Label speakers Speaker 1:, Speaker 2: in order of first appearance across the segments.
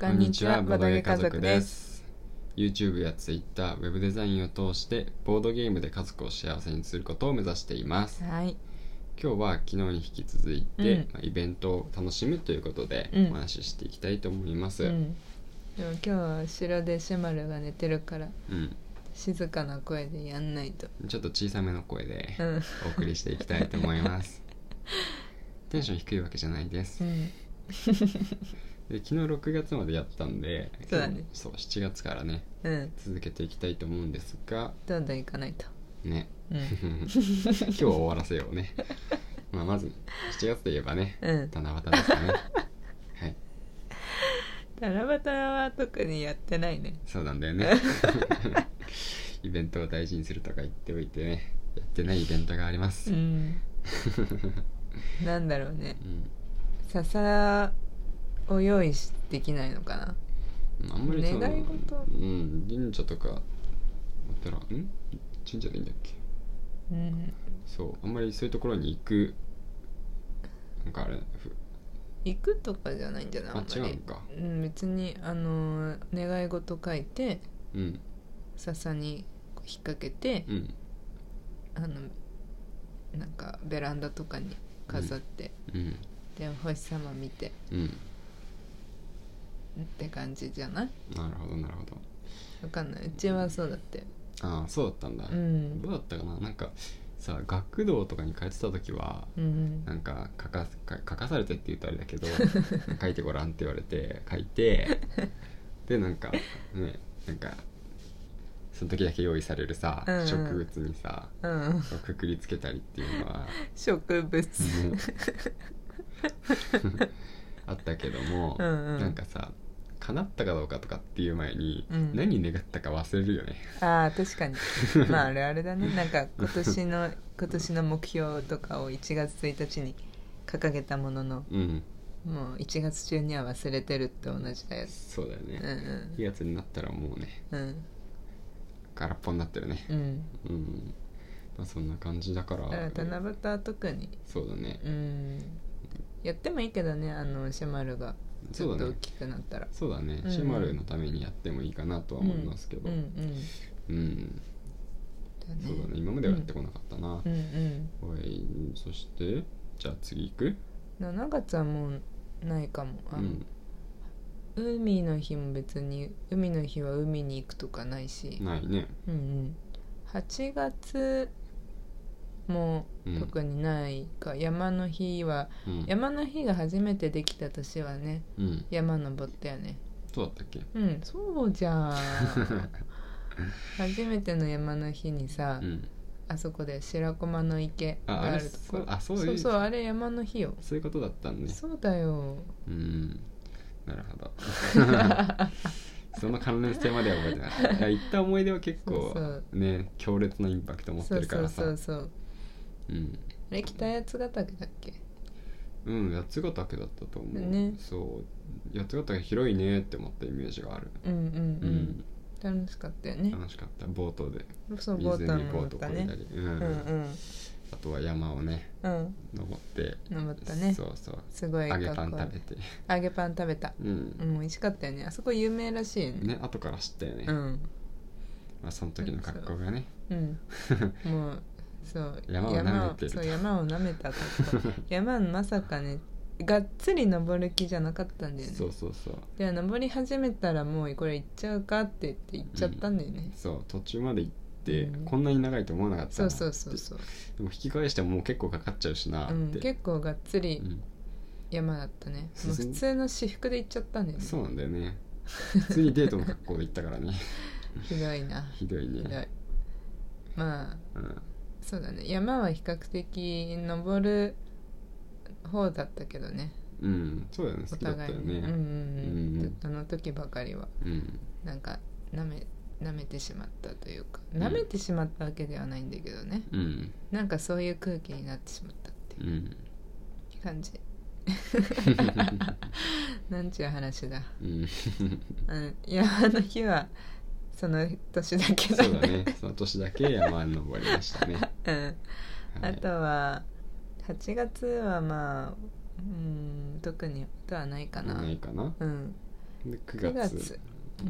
Speaker 1: こんにちは、ボドゲ家族です。
Speaker 2: す YouTube や Twitter、Web デザインを通してボードゲームで家族を幸せにすることを目指しています
Speaker 1: はい、
Speaker 2: 今日は昨日に引き続いて、
Speaker 1: うん
Speaker 2: まあイベントを楽しむということで
Speaker 1: うん
Speaker 2: お話ししていきたいと思います、
Speaker 1: うん、でも今日は後ろでシュマルが寝てるから
Speaker 2: うん
Speaker 1: 静かな声でやんないと、
Speaker 2: ちょっと小さめの声で
Speaker 1: うん
Speaker 2: お送りしていきたいと思います テンション低いわけじゃないです
Speaker 1: うん、
Speaker 2: で昨日6月までやったんで
Speaker 1: そうだね
Speaker 2: そう7月からね
Speaker 1: うん、
Speaker 2: 続けていきたいと思うんですが
Speaker 1: どんどん行かないと、
Speaker 2: ね
Speaker 1: う
Speaker 2: 今日は終わらせようねまあまず7月といえばね
Speaker 1: ん、うん、
Speaker 2: 七夕ですか ねはい
Speaker 1: 七夕は特にやってないね
Speaker 2: そうなんだよ ねイベントを大事にするとか言っておいてねやってないイベントがあります、
Speaker 1: うん、なんだろうね
Speaker 2: うん
Speaker 1: 笹を用意しできないのかな
Speaker 2: あんまりその
Speaker 1: 願い事
Speaker 2: うん神社とかお寺ん神社でいいんだっけ
Speaker 1: うん
Speaker 2: そうあんまりそういうところに行くなんかあれふ
Speaker 1: 行くとかじゃないんじゃない
Speaker 2: あ
Speaker 1: ん
Speaker 2: 違うんか
Speaker 1: うん、別にあのー願い事書いて
Speaker 2: うん
Speaker 1: 笹にこう引っ掛けて、
Speaker 2: うん
Speaker 1: あのなんかベランダとかに飾って、
Speaker 2: うん
Speaker 1: でお星様見て
Speaker 2: うん
Speaker 1: って感じじゃない
Speaker 2: なるほどなるほど
Speaker 1: わかんないうちはそうだって
Speaker 2: ああそうだったんだ、
Speaker 1: うん
Speaker 2: どうだったかななんかさ学童とかに通ってた時は
Speaker 1: うん
Speaker 2: なんか書かか書かされてって言うとあれだけ ど書いてごらんって言われて書いてでなんかねなんかその時だけ用意されるさ、
Speaker 1: うんうん
Speaker 2: 植物にさ
Speaker 1: うん
Speaker 2: こうくくりつけたりっていうのは
Speaker 1: 植物
Speaker 2: もうあったけども、
Speaker 1: うんうん
Speaker 2: なんかさ叶ったかどうかとかっていう前に、
Speaker 1: うん
Speaker 2: 何願ったか忘れるよね
Speaker 1: ああ確かに まああれあれだねなんか今年の今年の目標とかを1月1日に掲げたものの
Speaker 2: うん
Speaker 1: もう1月中には忘れてるって同じだよ
Speaker 2: そうだよ
Speaker 1: うんう
Speaker 2: ね、
Speaker 1: ん
Speaker 2: 4月になったらもうね
Speaker 1: うん
Speaker 2: 空っぽになってるね
Speaker 1: うん
Speaker 2: うん、まあ、そんな感じだから
Speaker 1: だから七夕は特に
Speaker 2: そうだね
Speaker 1: うんやってもいいけどねあのシェマルがち
Speaker 2: そ
Speaker 1: ょっ
Speaker 2: うだ
Speaker 1: と大
Speaker 2: ね
Speaker 1: きくなったら
Speaker 2: そうだね、
Speaker 1: うん
Speaker 2: シェマルのためにやってもいいかなとは思いますけど
Speaker 1: うんうん
Speaker 2: うん、
Speaker 1: うん
Speaker 2: そうだね今まではやってこなかったな
Speaker 1: う、んうん
Speaker 2: はいそしてじゃあ次行く
Speaker 1: 7月はもうないかもあ
Speaker 2: う
Speaker 1: の、
Speaker 2: ん
Speaker 1: 海の日も別に海の日は海に行くとかないし、
Speaker 2: ないね
Speaker 1: うんうん、8月も
Speaker 2: うん
Speaker 1: 特にないか、山の日は
Speaker 2: うん、
Speaker 1: 山の日が初めてできた年はね
Speaker 2: うん、
Speaker 1: 山登ったよね
Speaker 2: そうだったっけ
Speaker 1: うんそうじ ゃん初めての山の日にさ、
Speaker 2: うん
Speaker 1: あそこで白駒の池
Speaker 2: あ
Speaker 1: が
Speaker 2: あ
Speaker 1: あ
Speaker 2: れ
Speaker 1: るとこ
Speaker 2: そうあそういう
Speaker 1: そうそうあれ山の日よ
Speaker 2: そういうことだったんね
Speaker 1: そうだよ
Speaker 2: うんなるほど その関連性までは覚えてないいや行った思い出は結構
Speaker 1: そう
Speaker 2: ね強烈なインパクト持って
Speaker 1: そう
Speaker 2: るか
Speaker 1: そう
Speaker 2: らさ
Speaker 1: そうそう
Speaker 2: うん
Speaker 1: あれ北八ヶ岳だっけ
Speaker 2: うん八ヶ岳だったと思う、
Speaker 1: ね
Speaker 2: そう八ヶ岳広いねって思ったイメージがある
Speaker 1: うんうん
Speaker 2: う
Speaker 1: うんん、楽しかったよね
Speaker 2: 楽しかったボートで
Speaker 1: そうボート
Speaker 2: 水に
Speaker 1: も
Speaker 2: ボ
Speaker 1: 乗
Speaker 2: ー
Speaker 1: っ
Speaker 2: ト
Speaker 1: た
Speaker 2: こいだ
Speaker 1: ね
Speaker 2: り、うん
Speaker 1: うんうん
Speaker 2: あとは山をね
Speaker 1: うん
Speaker 2: 登って
Speaker 1: 登ったね
Speaker 2: そうそう
Speaker 1: すごい
Speaker 2: 揚げ
Speaker 1: か
Speaker 2: パ
Speaker 1: っ
Speaker 2: ン
Speaker 1: こい
Speaker 2: 食べ
Speaker 1: い
Speaker 2: て
Speaker 1: 揚げパン食べた
Speaker 2: うん
Speaker 1: うん美味しかったよねあそこ有名らしいよね
Speaker 2: ね後から知ったよね、
Speaker 1: うん
Speaker 2: まあ、その時の格好がね
Speaker 1: うん、もうそう
Speaker 2: 山を舐めて
Speaker 1: 山を
Speaker 2: る
Speaker 1: そう山を舐めたとこ 山まさかねがっつり登る気じゃなかったんだよね
Speaker 2: そうそうそう
Speaker 1: で登り始めたらもうこれ行っちゃうかって言って行っちゃったんだよね、
Speaker 2: そう途中まで行っ
Speaker 1: うん
Speaker 2: て、こんなに長いと思わなかった
Speaker 1: そ
Speaker 2: な
Speaker 1: うそうそうそう、
Speaker 2: でも引き返してももう結構かかっちゃうしなって、
Speaker 1: うん、結構がっつり
Speaker 2: うん
Speaker 1: 山だったね、
Speaker 2: 進
Speaker 1: も
Speaker 2: ん
Speaker 1: う普通の私服で行っちゃったんだよね
Speaker 2: そうなんだよね 普通にデートの格好で行ったからね
Speaker 1: ひどいな
Speaker 2: ひどいね
Speaker 1: ひどいまあ
Speaker 2: うん
Speaker 1: そうだね山は比較的登る方だったけどね
Speaker 2: うん、そうだよね
Speaker 1: お
Speaker 2: 好きだった
Speaker 1: 互い
Speaker 2: よ
Speaker 1: ね
Speaker 2: ね
Speaker 1: うんうん
Speaker 2: うん
Speaker 1: う
Speaker 2: うん
Speaker 1: んあの時ばかりは
Speaker 2: うん
Speaker 1: なんかなめ舐めてしまったというか
Speaker 2: うん
Speaker 1: なめてしまったわけではないんだけどね、
Speaker 2: うん
Speaker 1: なんかそういう空気になってしまったってい
Speaker 2: うん
Speaker 1: う感 じなんちゅう話だ、
Speaker 2: うん
Speaker 1: うん、山の日はその年だけ
Speaker 2: そう
Speaker 1: だ
Speaker 2: だ
Speaker 1: ね
Speaker 2: ねその年だけ山に登りましたね、は
Speaker 1: うんあ
Speaker 2: い、
Speaker 1: とは8月はまあうん特にことはないかな、
Speaker 2: ないかな
Speaker 1: うん
Speaker 2: で9
Speaker 1: 九
Speaker 2: 月
Speaker 1: 月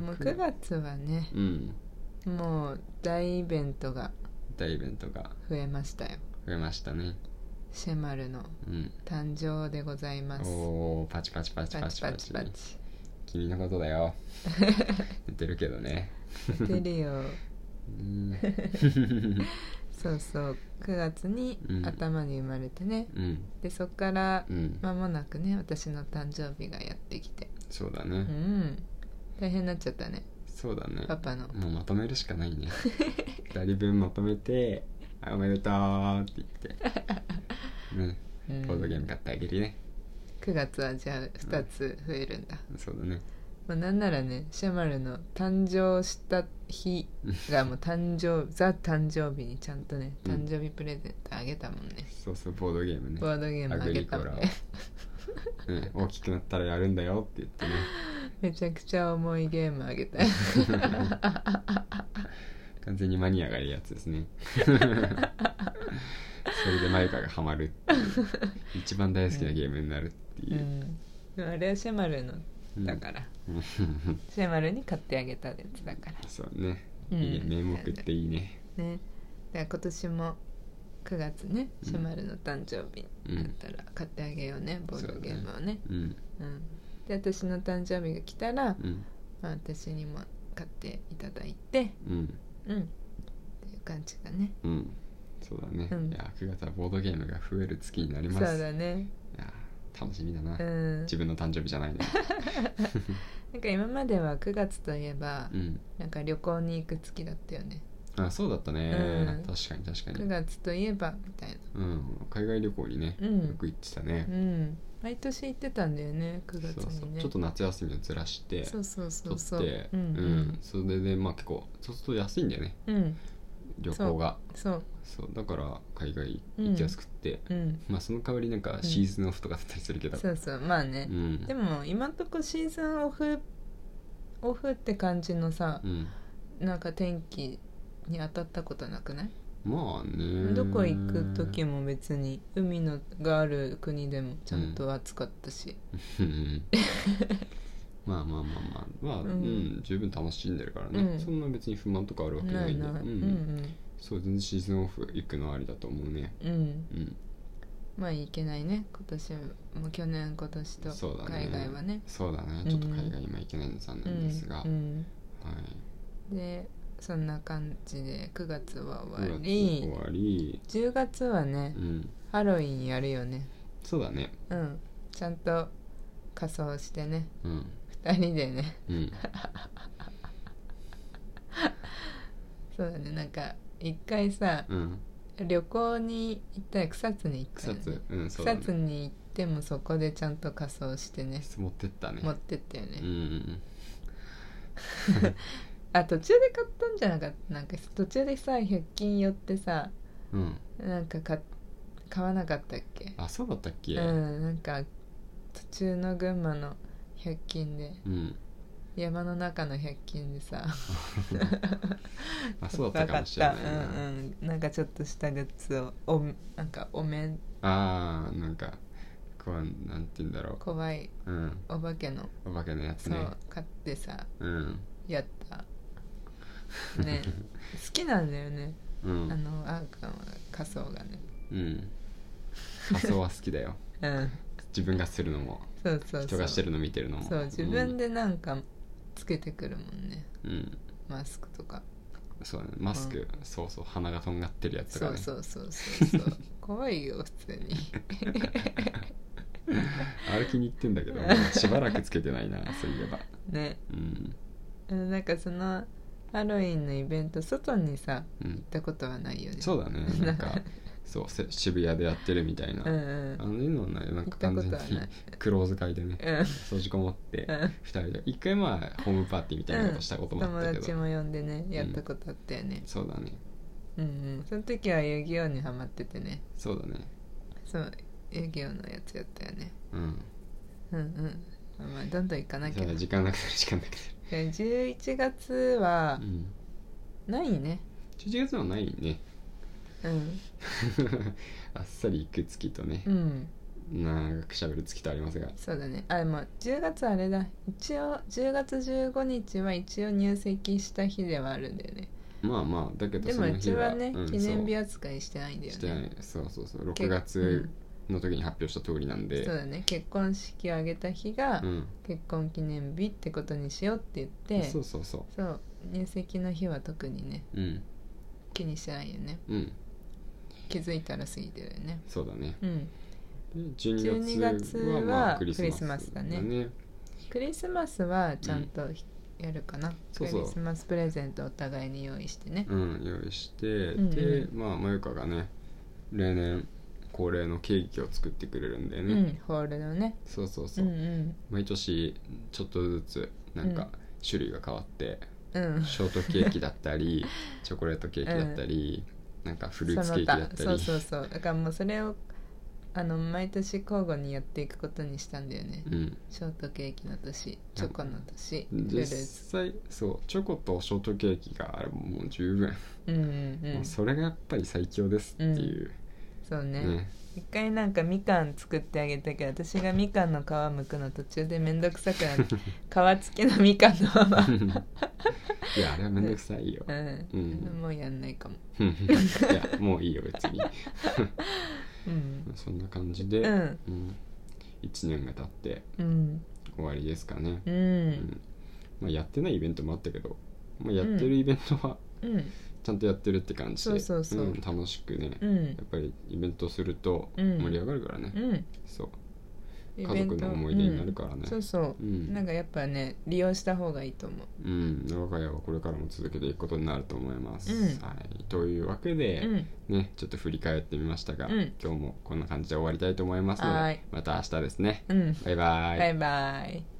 Speaker 1: もう9月はね
Speaker 2: うん
Speaker 1: もう大イベントが
Speaker 2: 大イベントが
Speaker 1: 増えましたよ
Speaker 2: 増えましたね
Speaker 1: シェマルの
Speaker 2: うん
Speaker 1: 誕生でございます
Speaker 2: おーパチパチパチ
Speaker 1: パ
Speaker 2: パ
Speaker 1: チ
Speaker 2: チ
Speaker 1: パ
Speaker 2: パ
Speaker 1: チ
Speaker 2: チ
Speaker 1: パチ
Speaker 2: 君のことだよ言ってるけどね
Speaker 1: 出るよ
Speaker 2: うん
Speaker 1: そうそう9月に
Speaker 2: うん
Speaker 1: 頭に生まれてね、
Speaker 2: うん
Speaker 1: でそっから
Speaker 2: うん
Speaker 1: 間もなくね私の誕生日がやってきて
Speaker 2: そうだ
Speaker 1: う
Speaker 2: ね
Speaker 1: ん大変になっちゃったね
Speaker 2: そうだね
Speaker 1: パパ の
Speaker 2: もうまとめるしかないね二人分まとめて「あおめでとう」って言ってね
Speaker 1: うん
Speaker 2: ボードゲーム買ってあげるね、
Speaker 1: 9月はじゃあ2つ増えるんだ、
Speaker 2: そうだね
Speaker 1: まあ、なんならねシャマルの誕生した日がもう誕生ザ誕生日にちゃんとね
Speaker 2: うん
Speaker 1: 誕生日プレゼントあげたもんね、
Speaker 2: そうそうボードゲームね
Speaker 1: ボードゲーム
Speaker 2: ア
Speaker 1: あ
Speaker 2: グ
Speaker 1: げ
Speaker 2: リコ
Speaker 1: たも
Speaker 2: ラ
Speaker 1: ん
Speaker 2: を
Speaker 1: ね
Speaker 2: ね大きくなったらやるんだよって言ってね
Speaker 1: めちゃくちゃ重いゲームあげたよ
Speaker 2: 完全にマニアがいるやつで すねそれでマユカがハマるっていう一番大好きなゲームになるって
Speaker 1: う
Speaker 2: いうん
Speaker 1: でもあれはシャマルの
Speaker 2: うん
Speaker 1: だから、
Speaker 2: うん
Speaker 1: シェマルに買ってあげたやつだから
Speaker 2: そうね
Speaker 1: うん
Speaker 2: いいね名目っていいね
Speaker 1: ねだから今年も9月ね
Speaker 2: うん
Speaker 1: シェマルの誕生日だったら買ってあげようね、ボードゲームをね
Speaker 2: うん
Speaker 1: うんで私の誕生日が来たら、
Speaker 2: うん
Speaker 1: まあ、私にも買っていただいて
Speaker 2: うん
Speaker 1: うんっていう感じだね
Speaker 2: うんそうだね、
Speaker 1: うん
Speaker 2: いや9月はボードゲームが増える月になり
Speaker 1: そ
Speaker 2: ま
Speaker 1: う
Speaker 2: す
Speaker 1: だね
Speaker 2: いや楽しみだな、
Speaker 1: うん
Speaker 2: 自分の誕生日じゃないね
Speaker 1: なんか今までは9月といえば、
Speaker 2: うん
Speaker 1: なんか旅行に行く月だったよね
Speaker 2: あそうだったね、
Speaker 1: うん
Speaker 2: 確かに確か
Speaker 1: 9
Speaker 2: に、
Speaker 1: 月といえばみたいな
Speaker 2: うん、海外旅行にね、
Speaker 1: うん
Speaker 2: よく行ってた
Speaker 1: う
Speaker 2: ね,、
Speaker 1: ん毎年行ってたんだよね9月
Speaker 2: そうそう
Speaker 1: にね
Speaker 2: ちょっと夏休みをずらして
Speaker 1: そうそうそ
Speaker 2: 取
Speaker 1: う
Speaker 2: っ
Speaker 1: そう
Speaker 2: て
Speaker 1: うんうん
Speaker 2: それでまあ結構そうすると安いんだよね
Speaker 1: うん
Speaker 2: 旅行が
Speaker 1: そう
Speaker 2: そうだから海外行きやすくって、
Speaker 1: うん
Speaker 2: まあその代わりなんかシーズンオフとかだったりするけど、
Speaker 1: そうそうまあ
Speaker 2: う
Speaker 1: ね、
Speaker 2: ん、
Speaker 1: でも今んとこシーズンオフオフって感じのさ
Speaker 2: う、ん
Speaker 1: なんか天気に当たったことなくない、
Speaker 2: まあね
Speaker 1: どこ行く時も別に海のがある国でもちゃんと暑かったし、
Speaker 2: うんまあまあまあまあまあ、
Speaker 1: う
Speaker 2: うんん十分楽しんでるからね、
Speaker 1: うん
Speaker 2: そんな別に不満とかあるわけ
Speaker 1: な
Speaker 2: ない
Speaker 1: い
Speaker 2: んで
Speaker 1: ない、う
Speaker 2: うんん、そう全然シーズンオフ行くのはありだと思うね
Speaker 1: うんうん
Speaker 2: うん
Speaker 1: まあいけないね今年もう去年今年と
Speaker 2: そうだね
Speaker 1: 海外はね
Speaker 2: そうだねちょっと海外今行けないの残
Speaker 1: う
Speaker 2: 念
Speaker 1: ん
Speaker 2: ですが、
Speaker 1: うん
Speaker 2: はい
Speaker 1: でそんな感じで9月は終
Speaker 2: 終
Speaker 1: わ
Speaker 2: わ
Speaker 1: り
Speaker 2: り終わり
Speaker 1: 10月はね、
Speaker 2: うん
Speaker 1: ハロウィンやるよね
Speaker 2: そうだね
Speaker 1: うんちゃんと仮装してね
Speaker 2: うん
Speaker 1: 2人でね
Speaker 2: うん
Speaker 1: そうだねなんか一回さ
Speaker 2: うん
Speaker 1: 旅行に行ったら草津に行った
Speaker 2: 草
Speaker 1: よね
Speaker 2: 津うんそうだ
Speaker 1: 草
Speaker 2: ね
Speaker 1: 津に行ってもそこでちゃんと仮装してね
Speaker 2: 持ってったね
Speaker 1: 持ってったよね、
Speaker 2: うんうん
Speaker 1: あ途中で買ったんじゃなかったなんか途中でさ100均寄ってさ
Speaker 2: うんうん
Speaker 1: なんか買買わなかったっけ
Speaker 2: あそうだったっけ
Speaker 1: うんなんか途中の群馬の100均で
Speaker 2: うん
Speaker 1: 山の中の100均でさ
Speaker 2: あそうだったかもしれない
Speaker 1: 高
Speaker 2: な
Speaker 1: かったうんうんなんかちょっとしたグッズをおなんかお面
Speaker 2: あーなんかこうなんて言うんだろ
Speaker 1: 怖いう
Speaker 2: うん
Speaker 1: お化けの、
Speaker 2: お化けのやつ
Speaker 1: そ
Speaker 2: ね
Speaker 1: う買ってさ
Speaker 2: うん
Speaker 1: やったね好きなんだよね
Speaker 2: う
Speaker 1: あ
Speaker 2: ん
Speaker 1: のあーか仮装がね
Speaker 2: うん仮装は好きだよ
Speaker 1: うん
Speaker 2: 自分がするのも
Speaker 1: そうそうそう
Speaker 2: 人がしてるの見てるのも
Speaker 1: そう自分でなんかつけてくるもんね
Speaker 2: うんうん
Speaker 1: マスクとか
Speaker 2: そうだねマスクそうそう鼻がとんがってるやつ
Speaker 1: そ
Speaker 2: が
Speaker 1: う
Speaker 2: ね
Speaker 1: そうそうそう そう怖いよ普通に
Speaker 2: 歩きに行ってんだけどもうしばらくつけてないなそういえば
Speaker 1: ね
Speaker 2: うん
Speaker 1: うんなんかそのハロウィンのイベント外にさ
Speaker 2: う
Speaker 1: 行
Speaker 2: ん
Speaker 1: ったことはないよね
Speaker 2: そう だねなんかそうせ渋谷でやってるみたいな、
Speaker 1: うん
Speaker 2: あ
Speaker 1: うん
Speaker 2: のいうのはねなん
Speaker 1: 行
Speaker 2: か
Speaker 1: った
Speaker 2: 完
Speaker 1: こと
Speaker 2: 全
Speaker 1: はな
Speaker 2: に
Speaker 1: い
Speaker 2: クローズ会でね
Speaker 1: うん
Speaker 2: 閉じこもって
Speaker 1: うん
Speaker 2: 2人で一回まあホームパーティ ーみたいなことしたこともあ
Speaker 1: 友
Speaker 2: ったけ
Speaker 1: 達
Speaker 2: ど、
Speaker 1: も呼んでねやったことあったよね、
Speaker 2: そうだね
Speaker 1: うん、うんその時は遊戯王にハマっててね
Speaker 2: そうだね
Speaker 1: そう遊戯王のやつやったよね
Speaker 2: うん
Speaker 1: うんうんまあどんどん行かなき
Speaker 2: そ
Speaker 1: ゃ
Speaker 2: うだ
Speaker 1: な
Speaker 2: 時間なくなる時間なく
Speaker 1: で11月は
Speaker 2: なる、うん、
Speaker 1: ないね
Speaker 2: 11月はないね
Speaker 1: うん
Speaker 2: あっさり行く月とね、
Speaker 1: うん
Speaker 2: 長く喋る月とありますが
Speaker 1: そうだねあでも10月あれだ一応10月15日は一応入籍した日ではあるんだよね
Speaker 2: まあまあだけど
Speaker 1: で
Speaker 2: そ
Speaker 1: も
Speaker 2: の
Speaker 1: う
Speaker 2: 日
Speaker 1: ちはね、
Speaker 2: うん
Speaker 1: 記念日
Speaker 2: そう
Speaker 1: 扱いしてないんだよ
Speaker 2: して
Speaker 1: ね
Speaker 2: ないそうそうそう
Speaker 1: 結
Speaker 2: 6月の時に発表した通りなんで
Speaker 1: そうだね結婚式を挙げた日が
Speaker 2: うん
Speaker 1: 結婚記念日ってことにしようって言って、
Speaker 2: そうそうそ
Speaker 1: そう入籍の日は特にね
Speaker 2: ううん
Speaker 1: 気にしてないよね
Speaker 2: うん
Speaker 1: 気づいたら過ぎてるよね
Speaker 2: そうだね
Speaker 1: うん
Speaker 2: で12
Speaker 1: 12
Speaker 2: 月
Speaker 1: 月
Speaker 2: は
Speaker 1: は
Speaker 2: まあク
Speaker 1: ク
Speaker 2: リ
Speaker 1: リ
Speaker 2: ス
Speaker 1: ス
Speaker 2: マ
Speaker 1: マ
Speaker 2: ス
Speaker 1: ス
Speaker 2: だ
Speaker 1: だ
Speaker 2: ね
Speaker 1: ねクリスマスはちゃんとひやるかな、
Speaker 2: そうそう
Speaker 1: クリスマスプレゼントお互いに用意してね
Speaker 2: うん用意して、
Speaker 1: んうん
Speaker 2: でまあまゆかがね例年恒例のケーキを作ってくれるんだよね、
Speaker 1: うんホールのね
Speaker 2: そうそう
Speaker 1: う
Speaker 2: そう、
Speaker 1: んうん
Speaker 2: 毎年ちょっとずつなん
Speaker 1: う
Speaker 2: か
Speaker 1: ん
Speaker 2: 種類が変わって、
Speaker 1: うん
Speaker 2: ショートケーキだっ たりチョコレートケーキだったり、なんかフルーツケーキだったり
Speaker 1: その他そうそうそうだからもうそれをあの毎年交互にやっていくことにしたんだよね、
Speaker 2: うん
Speaker 1: ショートケーキの年チョコの年フルー
Speaker 2: 実
Speaker 1: ツ
Speaker 2: 際そうチョコとショートケーキがあれもう十分、
Speaker 1: うんうんう
Speaker 2: も
Speaker 1: ん
Speaker 2: うそれがやっぱり最強ですっていう、
Speaker 1: そうね
Speaker 2: ね
Speaker 1: 一回なんかみかん作ってあげたけど私がみかんの皮むくの途中で面倒くさくなって皮付きのみかんのまま
Speaker 2: いやあれはめんどくさいよ、
Speaker 1: うん、
Speaker 2: うん
Speaker 1: もうやんないかも
Speaker 2: いやもういいよ別に
Speaker 1: うん
Speaker 2: そんな感じで、
Speaker 1: うん
Speaker 2: うん1年が経って
Speaker 1: うん
Speaker 2: 終わりですかね、
Speaker 1: う
Speaker 2: うんまあ、やってないイベントもあったけど、まあ、やってるイベントは
Speaker 1: うん
Speaker 2: ちゃんとやってるって感じで、
Speaker 1: そうそうそうん
Speaker 2: 楽しくね、
Speaker 1: う
Speaker 2: や
Speaker 1: ん
Speaker 2: っぱりイベントすると
Speaker 1: うん
Speaker 2: 盛り上がるからね、
Speaker 1: うん
Speaker 2: そう
Speaker 1: イ
Speaker 2: 家
Speaker 1: ベン
Speaker 2: 族
Speaker 1: ト
Speaker 2: の思い出になるから
Speaker 1: う
Speaker 2: ね
Speaker 1: んそうそうう、
Speaker 2: ん
Speaker 1: なんかやっぱね利用した方がいいと思う
Speaker 2: うん、我が家はこれからも続けていくことになると思います。
Speaker 1: うん
Speaker 2: はい、というわけで、
Speaker 1: うん
Speaker 2: ね、ちょっと振り返ってみましたが、
Speaker 1: うん
Speaker 2: 今日もこんな感じで終わりたいと思いますの
Speaker 1: は
Speaker 2: で
Speaker 1: い、
Speaker 2: また明日ですね。
Speaker 1: うん
Speaker 2: バイバイ。
Speaker 1: バイバイ